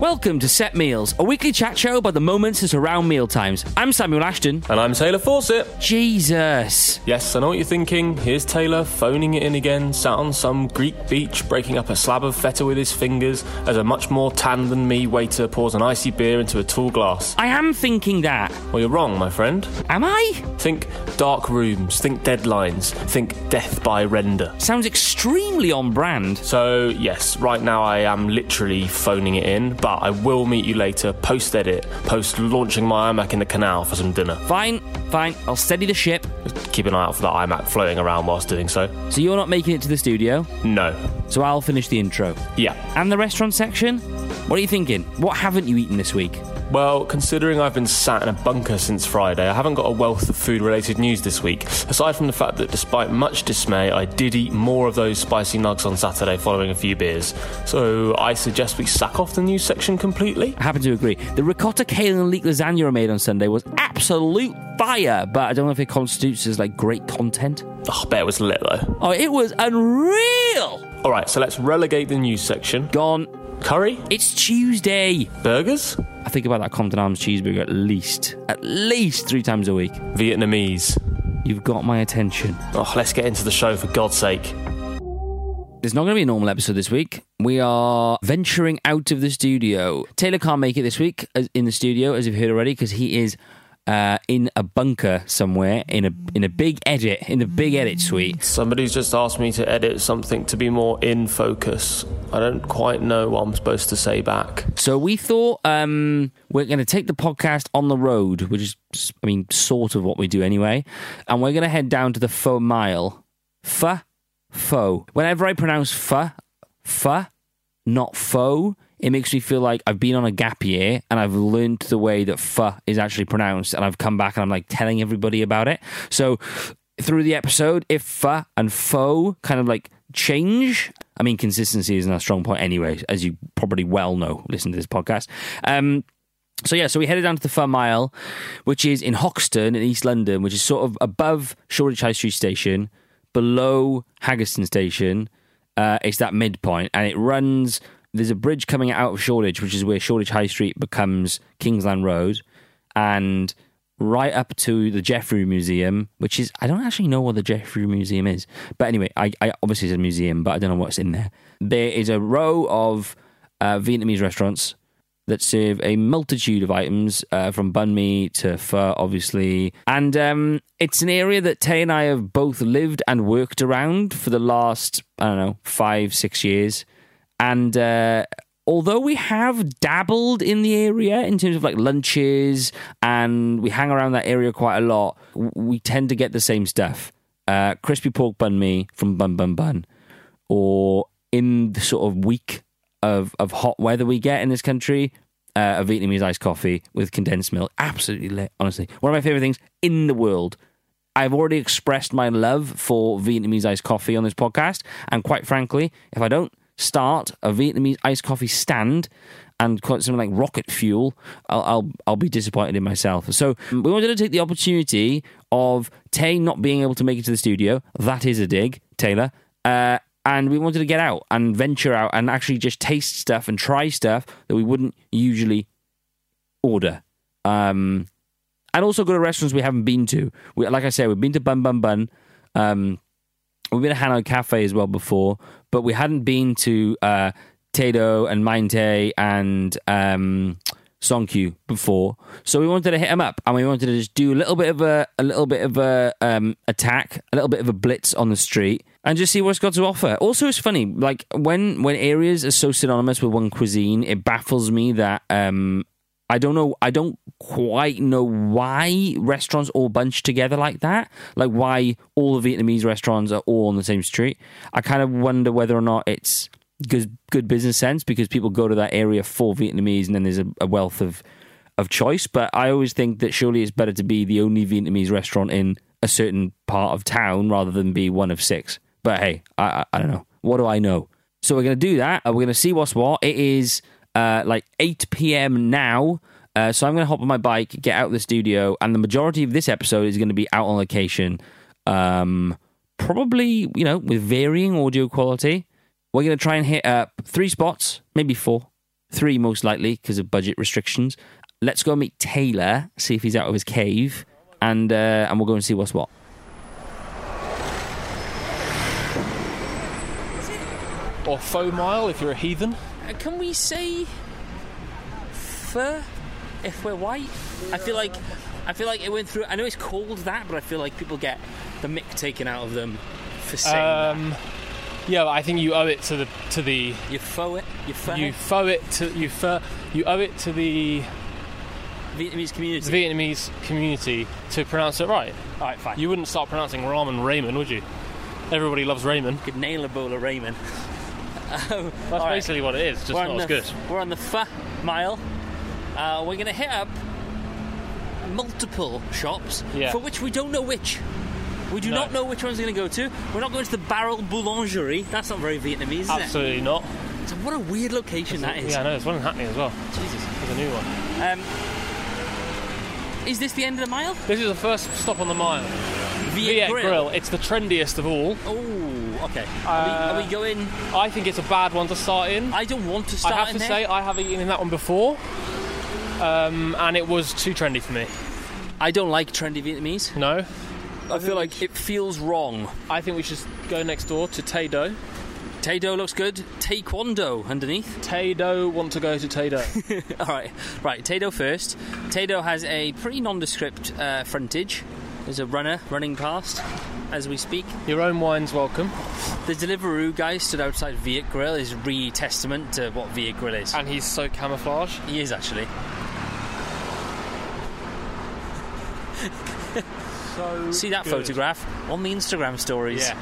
Welcome to Set Meals, a weekly chat show about the moments that surround mealtimes. I'm Samuel Ashton. And I'm Taylor Fawcett. Jesus. Yes, I know what you're thinking. Here's Taylor phoning it in again, sat on some Greek beach, breaking up a slab of feta with his fingers, as a much more tan than me waiter pours an icy beer into a tall glass. I am thinking that. Well, you're wrong, my friend. Am I? Think dark rooms, think deadlines, think death by render. Sounds extremely on brand. So, yes, right now I am literally phoning it in, but I will meet you later, post edit, post launching my iMac in the canal for some dinner. Fine, fine, I'll steady the ship. Keep an eye out for that iMac floating around whilst doing so. So you're not making it to the studio, No. so I'll finish the intro. Yeah. And the restaurant section? What are you thinking? What haven't you eaten this week? Well, considering I've been sat in a bunker since Friday, I haven't got a wealth of food related news this week, aside from the fact that despite much dismay, I did eat more of those spicy nugs on Saturday following a few beers. So I suggest we sack off the news section completely? I happen to agree. The ricotta, kale, and leek lasagna I made on Sunday was absolute fire, but I don't know if it constitutes as like great content. Oh, I bet it was lit though. Oh, it was unreal! Alright, so let's relegate the news section. Gone. Curry? It's Tuesday. Burgers? I think about that Compton Arms cheeseburger at least, at least three times a week. Vietnamese. You've got my attention. Oh, let's get into the show for God's sake. There's not going to be a normal episode this week. We are venturing out of the studio. Taylor can't make it this week as, in the studio, as you've heard already, because he is uh, in a bunker somewhere in a in a big edit in a big edit suite. Somebody's just asked me to edit something to be more in focus. I don't quite know what I'm supposed to say back. So we thought um, we're going to take the podcast on the road, which is, I mean, sort of what we do anyway, and we're going to head down to the faux mile. Fa, faux. Whenever I pronounce fa, fa, not faux, it makes me feel like I've been on a gap year and I've learned the way that fa is actually pronounced, and I've come back and I'm like telling everybody about it. So through the episode, if fa and faux kind of like change. I mean, consistency isn't our strong point anyway, as you probably well know, listen to this podcast. Um, so yeah, so we headed down to the Fur Mile, which is in Hoxton in East London, which is sort of above Shoreditch High Street Station, below Haggerston Station. Uh, it's that midpoint, and it runs. There's a bridge coming out of Shoreditch, which is where Shoreditch High Street becomes Kingsland Road, and right up to the Jeffrey Museum, which is I don't actually know what the Jeffrey Museum is, but anyway, I, I obviously it's a museum, but I don't know what's in there. There is a row of uh, Vietnamese restaurants that serve a multitude of items, uh, from bun mi to pho, obviously. And um, it's an area that Tay and I have both lived and worked around for the last, I don't know, five, six years. And uh, although we have dabbled in the area in terms of like lunches and we hang around that area quite a lot, w- we tend to get the same stuff. Uh, crispy pork bun mi from Bun Bun Bun or in the sort of week of, of hot weather we get in this country, uh, a Vietnamese iced coffee with condensed milk. Absolutely lit, honestly. One of my favorite things in the world. I've already expressed my love for Vietnamese iced coffee on this podcast. And quite frankly, if I don't start a Vietnamese iced coffee stand and call it something like rocket fuel, I'll, I'll, I'll be disappointed in myself. So um, we wanted to take the opportunity of Tay not being able to make it to the studio. That is a dig, Taylor. Uh, and we wanted to get out and venture out and actually just taste stuff and try stuff that we wouldn't usually order. Um, and also go to restaurants we haven't been to. We, like I said, we've been to Bun Bun Bun. Um, we've been to Hanoi Cafe as well before, but we hadn't been to uh, Tato and Minte and um, Songkyu before. So we wanted to hit them up, and we wanted to just do a little bit of a, a little bit of a um, attack, a little bit of a blitz on the street, and just see what's got to offer. Also, it's funny, like when when areas are so synonymous with one cuisine, it baffles me that. Um, I don't know. I don't quite know why restaurants all bunch together like that. Like why all the Vietnamese restaurants are all on the same street. I kind of wonder whether or not it's good good business sense because people go to that area for Vietnamese, and then there's a, a wealth of of choice. But I always think that surely it's better to be the only Vietnamese restaurant in a certain part of town rather than be one of six. But hey, I I, I don't know. What do I know? So we're gonna do that. and We're gonna see what's what. It is uh, like 8 p.m. now. Uh, so I'm gonna hop on my bike, get out of the studio, and the majority of this episode is gonna be out on location. Um, probably you know with varying audio quality. We're gonna try and hit up three spots, maybe four, Three, most likely, because of budget restrictions. Let's go meet Taylor, see if he's out of his cave, and uh, and we'll go and see what's what. Or faux mile if you're a heathen. Uh, Can we say fur if we're white? I feel like I feel like it went through. I know it's called that, but I feel like people get the mick taken out of them for saying Um, yeah, but I think you owe it to the to the that. You faux it. You fur you owe it to you fur, you owe it to the Vietnamese community. Vietnamese community to pronounce it right. All right, fine. You wouldn't start pronouncing ramen ramen, would you? Everybody loves ramen. could nail a bowl of ramen. um, That's basically what it is. Just we're not on the, as good. We're on the fa mile. Uh, we're going to hit up multiple shops Yeah. for which we don't know which. We do No. not know which one's going to go to. We're not going to the Barrel Boulangerie. That's not very Vietnamese, is Absolutely not. it? So what a weird location that is. Yeah, I know. There's one in Hackney as well. Jesus. There's a new one. Um, is this the end of the mile? This is the first stop on the mile. Viet, Viet Grill. It's the trendiest of all. Oh, okay. are, we, are we going? I think it's a bad one to start in. I don't want to I start have in to there. say, I have eaten in that one before, um, and it was too trendy for me. I don't like trendy Vietnamese. No, I feel like it feels wrong. I think we should go next door to Tay Do. Taedo looks good. Taekwondo underneath. Tay Do want to go to Tay Do. All right, right. Taedo first. Taedo has a pretty nondescript uh, frontage. There's a runner running past as we speak. Your own wine's welcome, The Deliveroo guy stood outside Viet Grill. Is re testament to what Viet Grill is. and he's so camouflage. He is actually. So See that photograph on the Instagram stories. Yeah.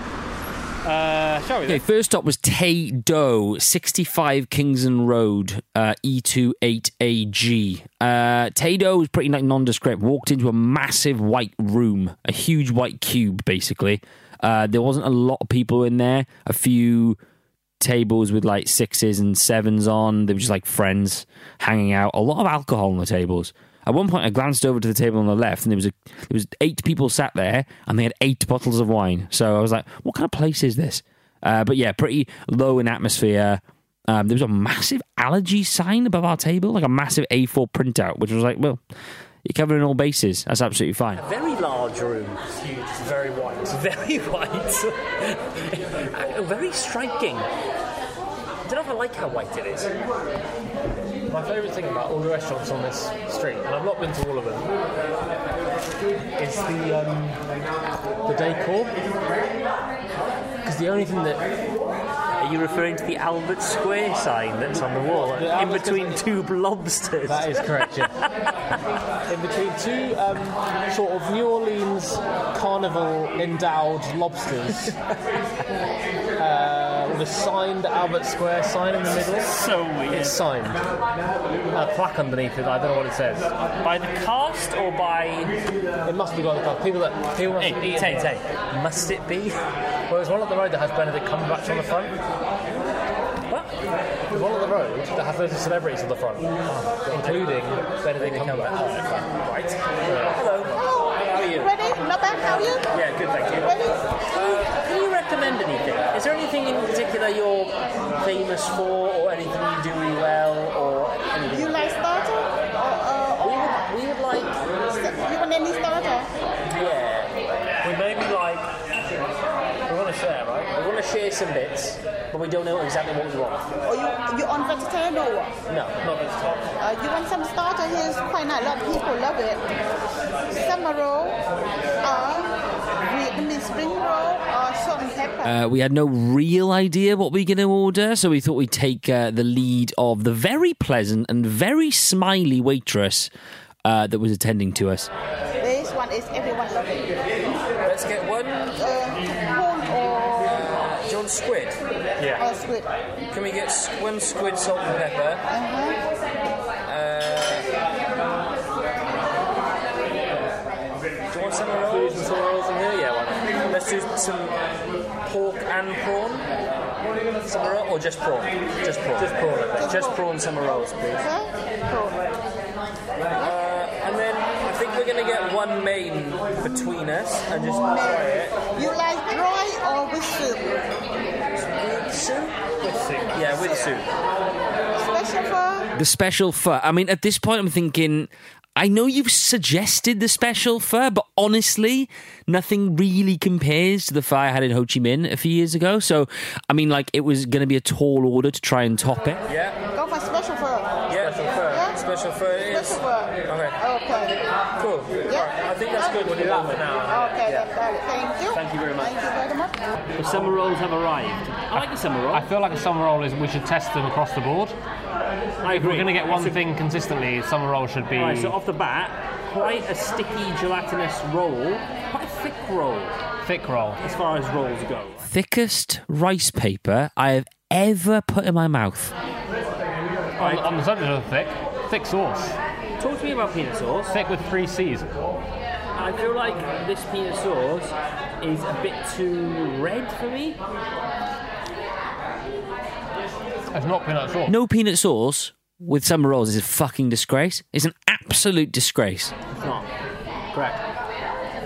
Uh, shall we? Okay, Then? first stop was Tay Do, 65 Kingsland Road, uh, E28AG. Uh, Tay Do was pretty like nondescript. Walked into a massive white room, a huge white cube, basically. Uh, there wasn't a lot of people in there. A few tables with like sixes and sevens on. They were just like friends hanging out. A lot of alcohol on the tables. At one point, I glanced over to the table on the left, and there was a there was eight people sat there, and they had eight bottles of wine. So I was like, "What kind of place is this?" Uh, but yeah, pretty low in atmosphere. Um, there was a massive allergy sign above our table, like a massive A4 printout, which was like, "Well, you're covering all bases. That's absolutely fine." Very large room. Huge. Very white. Very white. very striking. I don't know if I like how white it is. My favourite thing about all the restaurants on this street, and I've not been to all of them, is the um, the decor. Because the only thing that Are you referring to the Albert Square sign that's on the wall? The in Albert between two lobsters. that is correct, yeah. in between two um, sort of New Orleans carnival endowed lobsters, uh, with a signed Albert Square sign in the middle. so weird. It's signed. A plaque underneath it. I don't know what it says. By the cast or by. It must be got the plaque. People that people must have Hey, eaten Tay it. Tay. Must it be? Well, there's one up the road that has Benedict Cumberbatch on the front. What? There's one up the road that has loads of celebrities on the front, Ah. including Benedict Cumberbatch. Right. Hello. How are you? Ready? Not bad. How are you? Yeah, good, thank you. Ready? Can you recommend anything? Is there anything in particular you're famous for, or anything you do really well, or anything? You like starter? Or, uh, We would, we would like, or you want any starter? yeah. We maybe like, We want to share, right? we want to share some bits, but we don't know exactly what we want. Or you you on vegetarian or what? No, not this time. Uh, you want some starter? Here's quite nice. A lot of people love it. Summer roll, uh, Vietnamese spring roll, or salt and pepper. Uh, we had no real idea what we were going to order, so we thought we'd take uh, the lead of the very pleasant and very smiley waitress uh, that was attending to us. this one is everyone love it. Let's get one. Do Uh, corn or, you want squid? or squid. Uh Can we get s- one squid, salt and pepper? huh. Do you want some rolls? Some rolls in here? Yeah, one. Let's do some pork and prawn. Summer roll or just prawn? Just prawn. Just prawn. I think. Just Just prawn. prawn summer rolls, please. Uh, Huh? Corn. And then I think we're gonna get one main between us and just try it. You like dry or with soup? With soup? With soup. Yeah, with soup. Special for The special fur. I mean, at this point, I'm thinking. I know you've suggested the special fur, but honestly, nothing really compares to the fur I had in Ho Chi Minh a few years ago. So, I mean, like, it was going to be a tall order to try and top it. Yeah, Go for special fur. yeah. Special fur. Yeah. Special fur it is. Special fur. Okay. Okay. Cool. Alright, I think that's good. We'll do that for now. Okay, then, darling. Thank you. Thank you very much. Thank you very much. The summer rolls have arrived. I like the summer roll. I feel like a summer roll is we should test them across the board. I If agree. we're going to get one So- thing consistently, summer roll should be. Right, so off the bat, quite a sticky gelatinous roll, quite a thick roll thick roll. as far as rolls go. Thickest rice paper I have ever put in my mouth. On, on the subject of thick, thick sauce. Talk to me about peanut sauce. Thick with three C's. I feel like this peanut sauce is a bit too red for me. It's not peanut sauce. No peanut sauce with summer rolls is a fucking disgrace. It's an absolute disgrace. It's not. Correct.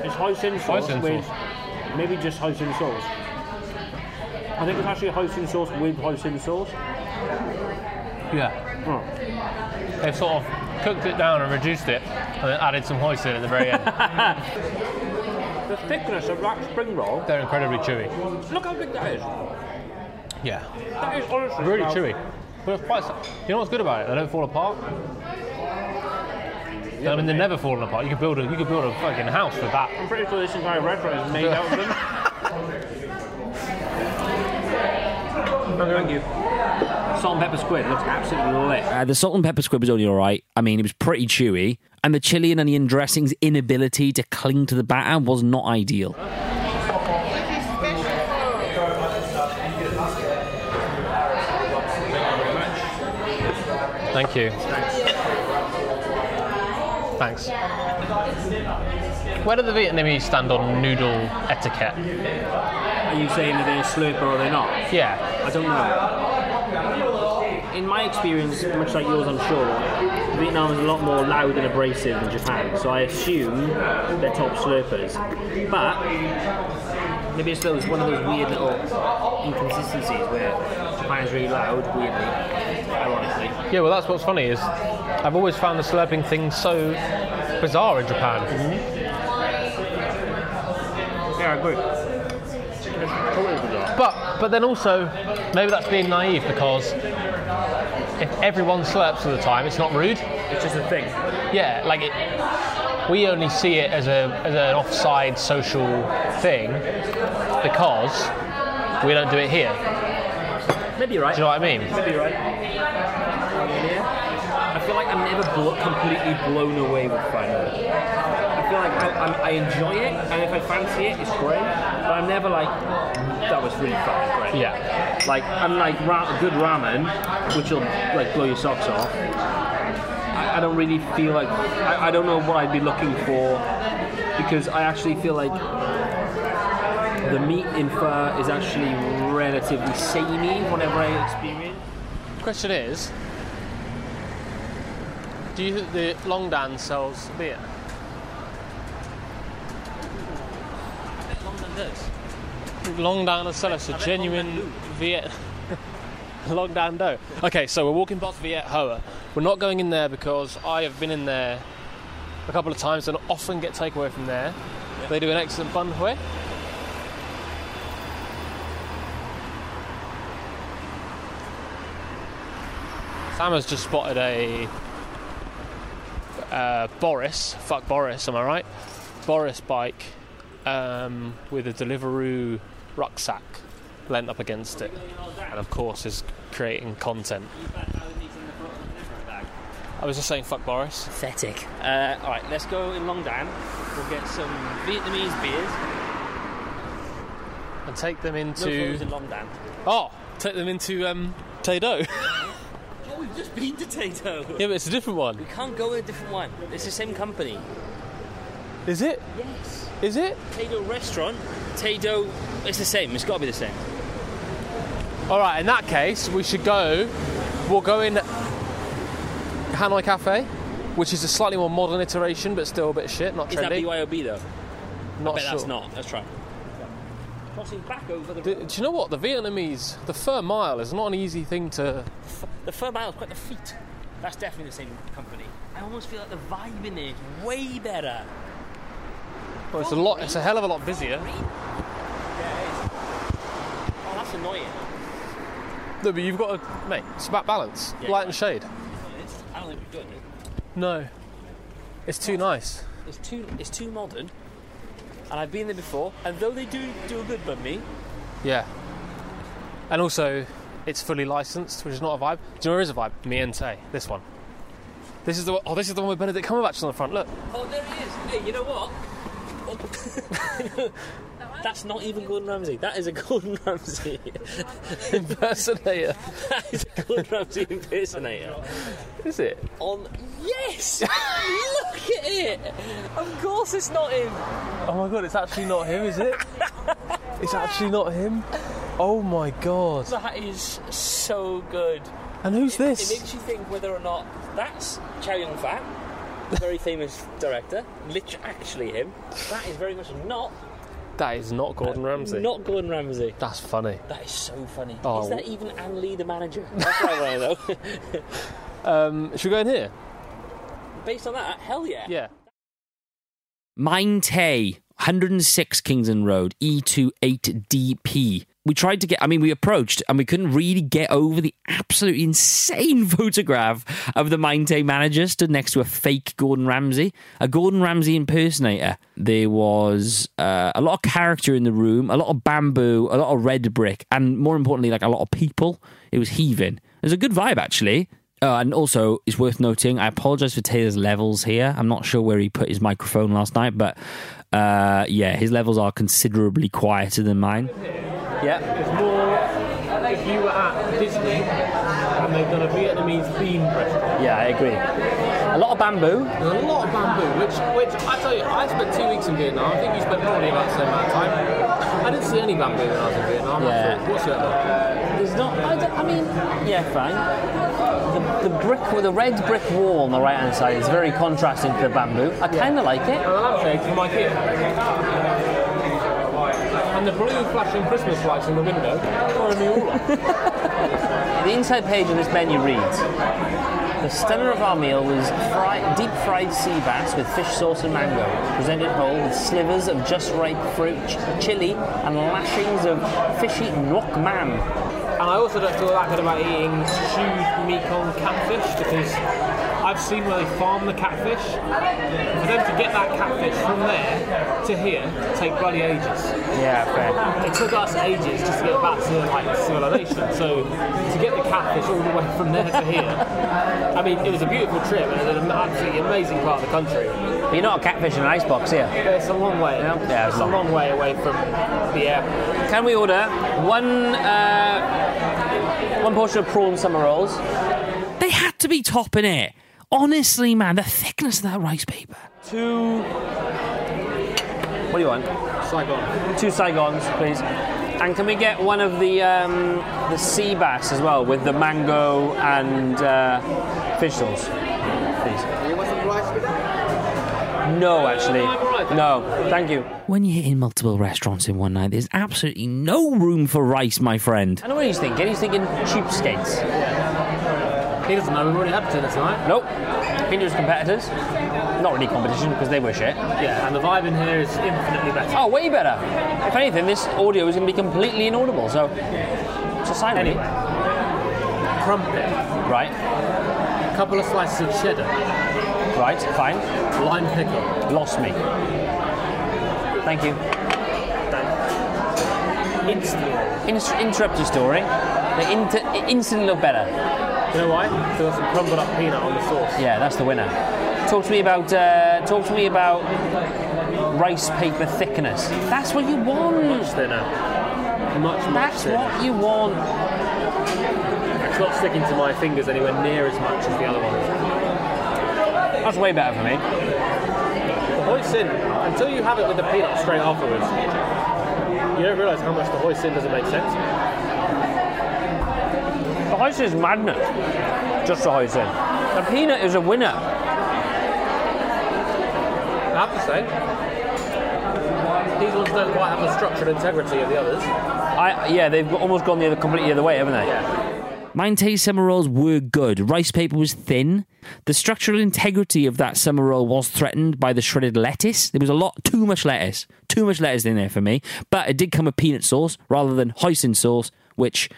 It's hoisin sauce Hoisin with sauce. maybe just hoisin sauce. I think it's actually hoisin sauce with hoisin sauce. Yeah. Oh. They've sort of cooked it down and reduced it and then added some hoisin at the very end. The thickness of that spring roll. They're incredibly chewy. Look how big that is. Yeah. That is honestly Really about- chewy. But it's quite, you know what's good about it? They don't fall apart. I mean, they're never falling apart. You could build a, you could build a fucking house with that. I'm pretty sure this entire restaurant is made out of them. Thank you. Salt and pepper squid looks absolutely lit. Uh, the salt and pepper squid was only all right. I mean, it was pretty chewy. And the chili and onion dressing's inability to cling to the batter was not ideal. This is special fur. Thank you. Thanks. Where do the Vietnamese stand on noodle etiquette? Are you saying that they're a slurper or they're not? Yeah. I don't know. In my experience, much like yours, I'm sure, Vietnam is a lot more loud and abrasive than Japan, so I assume they're top slurpers. But maybe it's those one of those weird little inconsistencies where Japan is really loud, weirdly, ironically. Yeah, well, that's what's funny is I've always found the slurping thing so bizarre in Japan. Yeah, I agree. It's totally bizarre. But but then also, maybe that's being naive because if everyone slurps all the time, it's not rude. It's just a thing. Yeah, like it. We only see it as a as an offside social thing because we don't do it here. Maybe you're right. Do you know what I mean? Maybe you're right. I feel like I'm never blo- completely blown away with fun. I feel like I, I'm, I enjoy it, and if I fancy it, it's great. But I'm never like, that was really fucking great. Yeah. Like I'm like ra- good ramen, which will like blow your socks off. I, I don't really feel like I, I don't know what I'd be looking for because I actually feel like the meat in pho is actually relatively samey whenever I experience. Question is, do you think the Long Dan sells beer? Long Dan does sell us a genuine Viet. Long Dan Do. Okay, so we're walking past Viet Hoa. We're not going in there because I have been in there a couple of times and often get takeaway from there. They do an excellent bun hui. Sam has just spotted a uh, Boris. Fuck Boris, am I right? Boris bike um, with a Deliveroo rucksack lent up against it, and of course is creating content. I was just saying, fuck Boris. Pathetic. Uh, all right, let's go in Long Dan. We'll get some Vietnamese beers. and take them No photos into in Long Dan. oh, take them into um, Tado. yeah, Oh, we've just been to Tato. but it's a different one. We can't go in a different one. It's the same company. Is it? Yes. Is it? Tato restaurant. Tato. It's the same. It's got to be the same. All right. In that case, we should go. We'll go in Hanoi Cafe, which is a slightly more modern iteration, but still a bit shit. Not Is that trendy. BYOB though? not Bet sure. that's not. Let's try. Crossing back over the. Do, do you know what? The Vietnamese, the fur mile is not an easy thing to. The fur mile is quite the feat. That's definitely the same company. I almost feel like the vibe in there is way better. Well, it's a lot. It's a hell of a lot busier. Oh, that's annoying. No, but you've got to, mate. It's about balance, Yeah. light and shade. I don't think we've done it. No, it's too nice. It's too it's too modern. And I've been there before, and though they do do a good by me, Yeah. And also, it's fully licensed, which is not a vibe. Do you know where is a vibe? Miente. This one. This is the one, oh, this is the one with Benedict Cumberbatch on the front. Look, oh, there he is. Hey, you know what? Oh. That's not even Gordon Ramsay. That is a Gordon Ramsay. impersonator. that is a Gordon Ramsay impersonator. Is it? On yes, look at it. Of course, it's not him. Oh my god, it's actually not him, is it? it's actually not him. Oh my god. That is so good. And who's It this? makes you think whether or not that's Chow Yun Fat, a very famous director, lit actually him. That is very much not Uh, That is not Gordon Ramsay. not Gordon Ramsay. That's funny. That is so funny. Oh. Is that even Anne Lee the manager? That's what I want to know. Um, should we go in here? Based on that, uh, hell yeah. Yeah. Mine Tay, 106 Kingston Road, E E28DP. We tried to get, I mean, we approached and we couldn't really get over the absolutely insane photograph of the Mine Tay manager stood next to a fake Gordon Ramsay, a Gordon Ramsay impersonator. There was uh, a lot of character in the room, a lot of bamboo, a lot of red brick, and more importantly, like a lot of people. It was heaving. It was a good vibe, actually. Oh, and also, it's worth noting, I apologize for Taylor's levels here. I'm not sure where he put his microphone last night, but uh, yeah, his levels are considerably quieter than mine. Yeah. It's more like you were at Disney and they've done a Vietnamese bean restaurant. Yeah, I agree. A lot of bamboo. There's a lot of bamboo, which, which I tell you, I spent two weeks in Vietnam. I think you spent probably about the same amount of time. I didn't see any bamboo when I was in Vietnam. Yeah. I thought, What's that? There's not. I, don't- I mean, yeah, fine. The, the brick, the red brick wall on the right hand side is very contrasting to the bamboo. I kind of like it. And the lampshades from Ikea. And the blue flashing Christmas lights in the window throwing me all off. The inside page of this menu reads: The stunner of our meal was fried, deep fried sea bass with fish sauce and mango, presented whole with slivers of just ripe fruit, ch- chili, and lashings of fishy nok mam. And I also don't feel that good about eating stewed Mekong catfish because I've seen where they farm the catfish. For them to get that catfish from there to here take bloody ages. Yeah, fair. It took us ages just to get back to like civilization. So to get the catfish all the way from there to here, I mean, it was a beautiful trip and it was an absolutely amazing part of the country. But you're not a catfish in an icebox here. But it's a long way. Yeah, it's it's a long way away from the airport. Can we order one uh, one portion of prawn summer rolls? They had to be topping it. Honestly, man, the thickness of that rice paper. Two. What do you want? Saigon. Two Saigons, please. And can we get one of the um, the sea bass as well with the mango and uh, fish sauce, please? You want some rice with that? No, actually, no. Thank you. When you're hitting multiple restaurants in one night, there's absolutely no room for rice, my friend. I know what he's thinking. He's thinking cheapskates. He doesn't know. We've already had dinner tonight. Nope. Hindu's competitors. Not really competition because they were shit. Yeah, and the vibe in here is infinitely better. Oh, way better. If anything, this audio is going to be completely inaudible. So, it's a sign. really. Anyway, crumpet, Right. couple of slices of cheddar, Right. Fine. lime pickle. Lost me. Thank you. Instantly. Inter- interrupt your story. They inter- instantly look better. You know why? Because there's some crumbled up peanut on the sauce. Yeah, that's the winner. Talk to me about uh, talk to me about rice paper thickness. That's what you want. Much thinner. Much, much That's thinner. what you want. It's not sticking to my fingers anywhere near as much as the other one. That's way better for me. The hoisin, until you have it with the peanut straight afterwards, you don't realise how much the hoisin doesn't make sense. The hoisin is madness. Just the hoisin. The peanut is a winner. I have to say, these ones don't quite have the structural integrity of the others. I yeah, they've almost gone the other completely the other way, haven't they? Yeah. Mine Tay summer rolls were good. Rice paper was thin. The structural integrity of that summer roll was threatened by the shredded lettuce. There was a lot, too much lettuce. Too much lettuce in there for me. But it did come with peanut sauce rather than hoisin sauce, which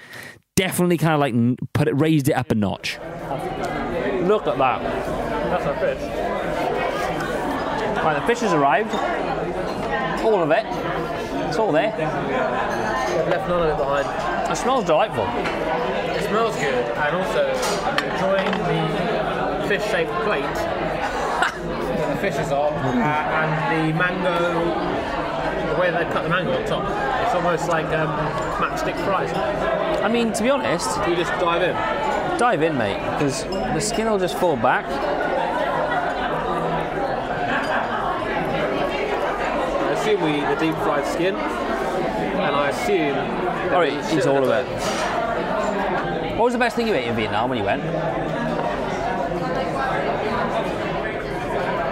definitely kind of like n- put it, raised it up a notch. Look at that. That's our fish. Right, the fish has arrived. All of it. It's all there. Left none of it behind. It smells delightful. It smells good, and also I'm enjoying the fish-shaped plate. that the fish is on, uh, and the mango. The way they cut the mango on top, it's almost like um, matchstick fries. I mean, to be honest, You just dive in. dive in, mate, because the skin will just fall back. I assume we eat the deep-fried skin, and I assume. that All we right, eat eat shit all of the it. What was the best thing you ate in Vietnam when you went?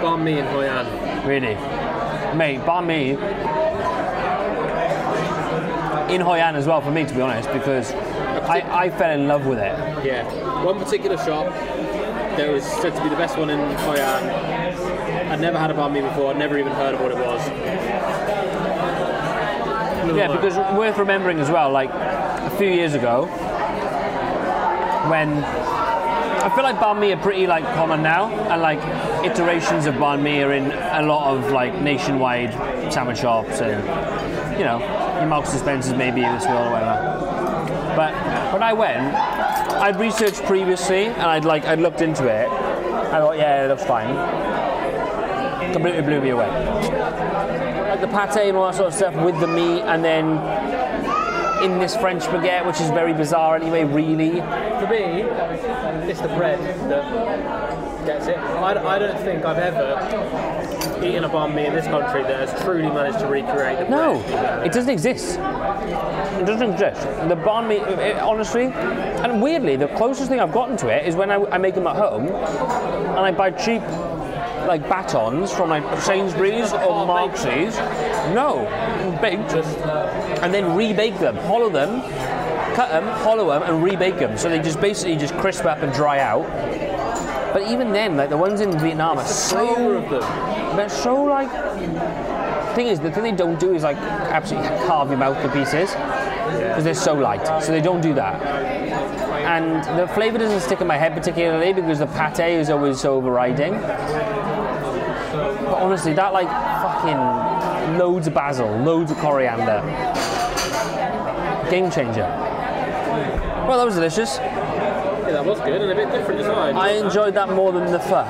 Banh mi and Hoi An. Really? Mate, banh mi in Hoi An as well for me, to be honest, because I, I fell in love with it. Yeah. One particular shop that was said to be the best one in Hoi An. I'd never had a banh mi before. I'd never even heard of what it was. Blew Yeah, my mind. because worth remembering as well, like a few years ago, when I feel like banh mi are pretty like common now, and like iterations of banh mi are in a lot of like nationwide sandwich shops and you know your Marks and Spencers maybe in this world or whatever. But when I went, I'd researched previously and I'd like I'd looked into it. I thought, yeah, it looks fine. Completely blew me away like the pate and all that sort of stuff with the meat, and then in this French baguette, which is very bizarre anyway, really. For me, it's the bread that gets it. I, I don't think I've ever eaten a banh mi in this country that has truly managed to recreate the No, bread. it doesn't exist. It doesn't exist. The banh mi, it- it- honestly, and weirdly, the closest thing I've gotten to it is when I, I make them at home, and I buy cheap like batons from like Sainsbury's or Marxies. No, baked, and then rebake them, hollow them, cut them, hollow them, and rebake them. So they just basically just crisp up and dry out. But even then, like the ones in Vietnam are so Flavor of them. they're so like. Thing is, the thing they don't do is like absolutely carve your mouth to pieces because they're so light. So they don't do that. And the flavour doesn't stick in my head particularly because the pate is always so overriding. But honestly, that like fucking loads of basil, loads of coriander. Game changer. Well, that was delicious. Yeah, that was good and a bit different design. I enjoyed that more than the pho.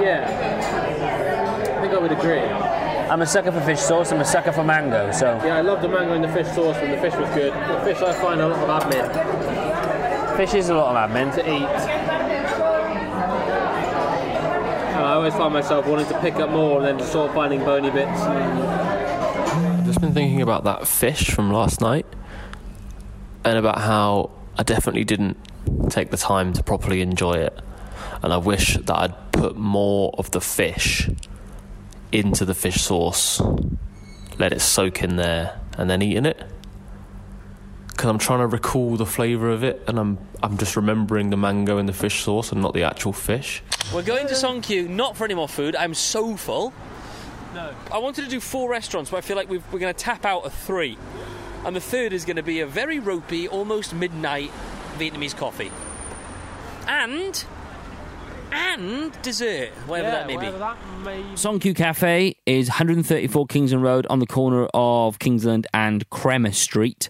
yeah. I think I would agree. I'm a sucker for fish sauce. I'm a sucker for mango. So Yeah, I loved the mango and the fish sauce when the fish was good. The fish I find a lot of admin fish is a lot of admin. to eat. And I always find myself wanting to pick up more and then just sort of finding bony bits. I've just been thinking about that fish from last night and about how I definitely didn't take the time to properly enjoy it. And I wish that I'd put more of the fish into the fish sauce, let it soak in there, and then eating it. Because I'm trying to recall the flavour of it, and I'm I'm just remembering the mango and the fish sauce, and not the actual fish. We're going to Songkyu, not for any more food. I'm so full. No. I wanted to do four restaurants, but I feel like we've, we're going to tap out of three. And the third is going to be a very ropey, almost midnight Vietnamese coffee. And. And dessert, whatever that may be. Songkyu Cafe is 134 Kingsland Road on the corner of Kingsland and Kremer Street.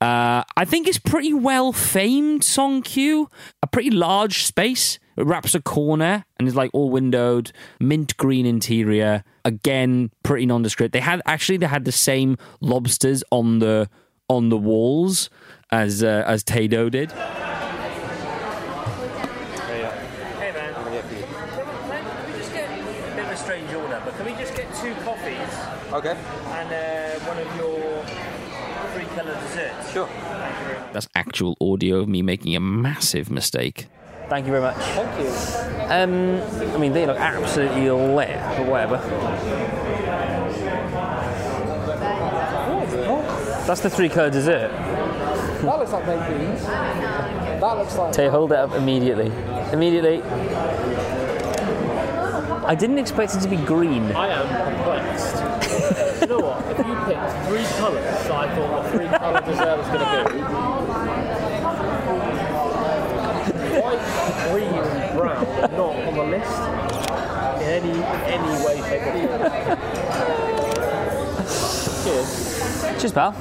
Uh, I think it's pretty well famed Songkyu, a pretty large space. It wraps a corner and is like all windowed, mint green interior. Again, pretty nondescript. They had actually they had the same lobsters on the on the walls as uh, as Tado did. Hey man. Can we just get a bit of a strange order, but can we just get two coffees Okay, and uh, one of your three colour desserts? sure. That's actual audio of me making a massive mistake. Thank you very much. Thank you. Um, I mean, they look absolutely lit, but whatever. That's the three colour dessert. That looks like baked beans. That looks like. Tay, hold it up immediately. Immediately. I didn't expect it to be green. I am perplexed. you know what? If you picked three colours that I thought the three colour dessert was going to be, white, green, and brown are not on the list in any any way, shape, or form. Cheers. Cheers, pal.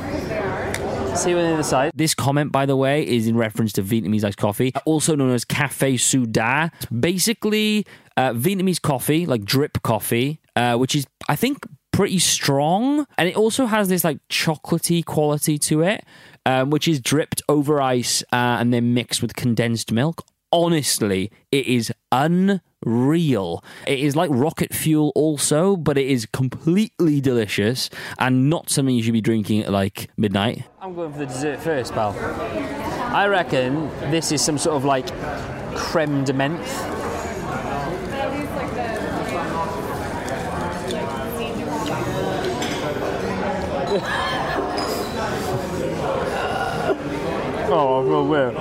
See you on the other side. This comment, by the way, is in reference to Vietnamese iced coffee, also known as cafe soda. It's Basically, uh, Vietnamese coffee, like drip coffee, uh, which is, I think, pretty strong. And it also has this like chocolatey quality to it, um, which is dripped over ice uh, and then mixed with condensed milk. Honestly, it is unreal. It is like rocket fuel, also, but it is completely delicious and not something you should be drinking at like midnight. I'm going for the dessert first, pal. I reckon this is some sort of like creme de menthe. oh, bro, where?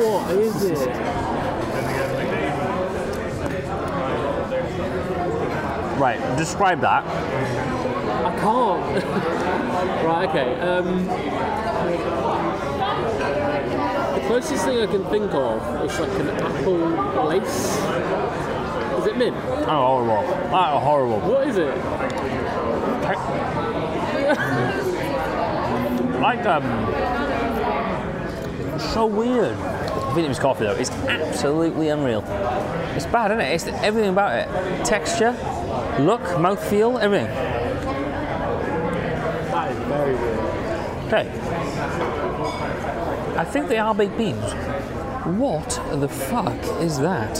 What is it? Right, describe that. I can't. right, okay. Um, the closest thing I can think of is like an apple lace. Is it mint? Oh, horrible. Oh, horrible. What is it? Like, um. So weird. Vietnamese coffee, though, is absolutely unreal. It's bad, isn't it? It's everything about it texture, look, mouthfeel, everything. That is very weird. Okay. I think they are baked beans. What the fuck is that?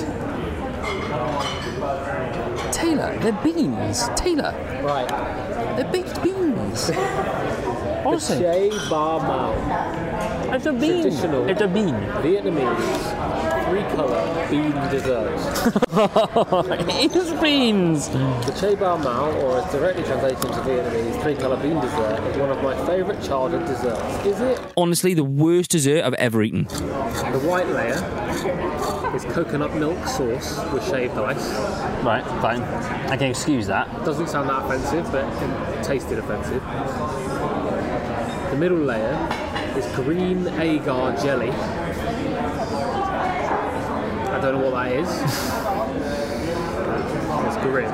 Taylor, they're beans. Taylor, Right. they're baked beans. Honestly, Che Ba Mao. it's a bean. traditional. It's a bean. Vietnamese three colour bean dessert. it is beans. The Che Ba Mao, or as directly translated into Vietnamese, three colour bean dessert, is one of my favourite childhood desserts. Is it? Honestly, the worst dessert I've ever eaten. The white layer is coconut milk sauce with shaved ice. Right, fine. I can excuse that. Doesn't sound that offensive, but it tasted offensive. The middle layer is green agar jelly. I don't know what that is. it's grim.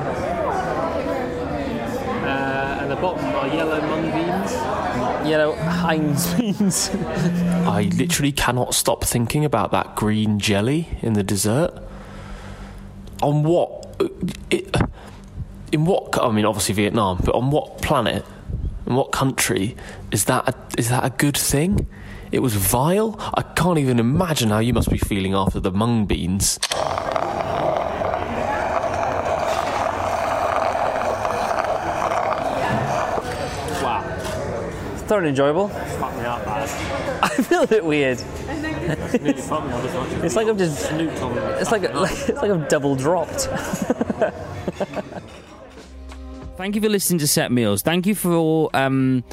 Uh, and the bottom are yellow mung beans. Yellow Heinz beans. I literally cannot stop thinking about that green jelly in the dessert. On what? It, in what? I mean, obviously Vietnam, but on what planet? In what country is that? A, is that a good thing? It was vile. I can't even imagine how you must be feeling after the mung beans. Thoroughly enjoyable. Fuck me up, man. I feel a bit weird. Nearly fucked me up as much It's like I'm just. Snoop on it. It's like, it's like I've double dropped. Thank you for listening to Set Meals. Thank you for um,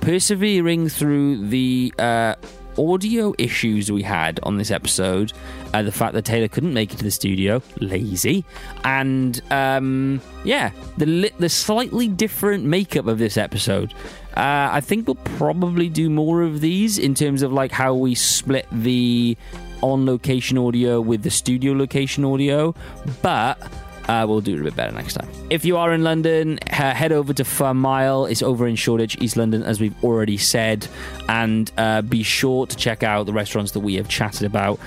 persevering through the uh, audio issues we had on this episode. Uh, the fact that Taylor couldn't make it to the studio, lazy, and um, yeah, the li- the slightly different makeup of this episode. Uh, I think we'll probably do more of these in terms of like how we split the on location audio with the studio location audio, but. Uh, we'll do it a bit better next time. If you are in London, he- head over to Fun Mile. It's over in Shoreditch, East London, as we've already said. And uh, be sure to check out the restaurants that we have chatted about.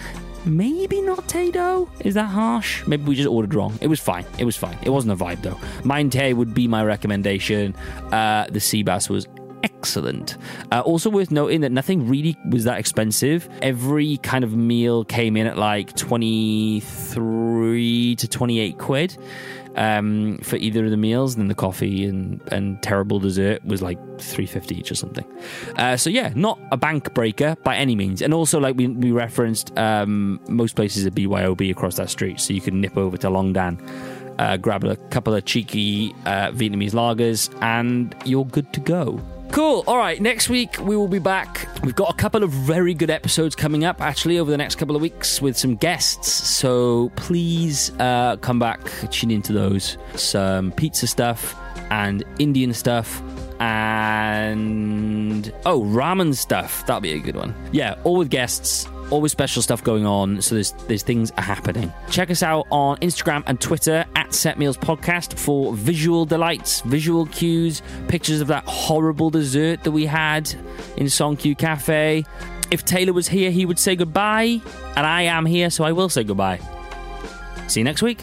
Maybe not Tato. Is that harsh? Maybe we just ordered wrong. It was fine. It was fine. It wasn't a vibe though. Mine Tay would be my recommendation. Uh, the sea bass was excellent. Uh, also worth noting that nothing really was that expensive. Every kind of meal came in at like 23 to 28 quid um, for either of the meals. And then the coffee and, and terrible dessert was like 350 each or something. Uh, so yeah, not a bank breaker by any means. And also like we, we referenced, um, most places are BYOB across that street. So you can nip over to Long Dan uh, grab a couple of cheeky uh, Vietnamese lagers, and you're good to go. Cool. All right. Next week we will be back. We've got a couple of very good episodes coming up actually over the next couple of weeks with some guests. So please uh, come back, tune into those. Some pizza stuff and Indian stuff and oh ramen stuff. That'll be a good one. Yeah, all with guests always special stuff going on so there's there's things are happening check us out on instagram and twitter at set meals podcast for visual delights visual cues pictures of that horrible dessert that we had in songq cafe if taylor was here he would say goodbye and i am here so i will say goodbye see you next week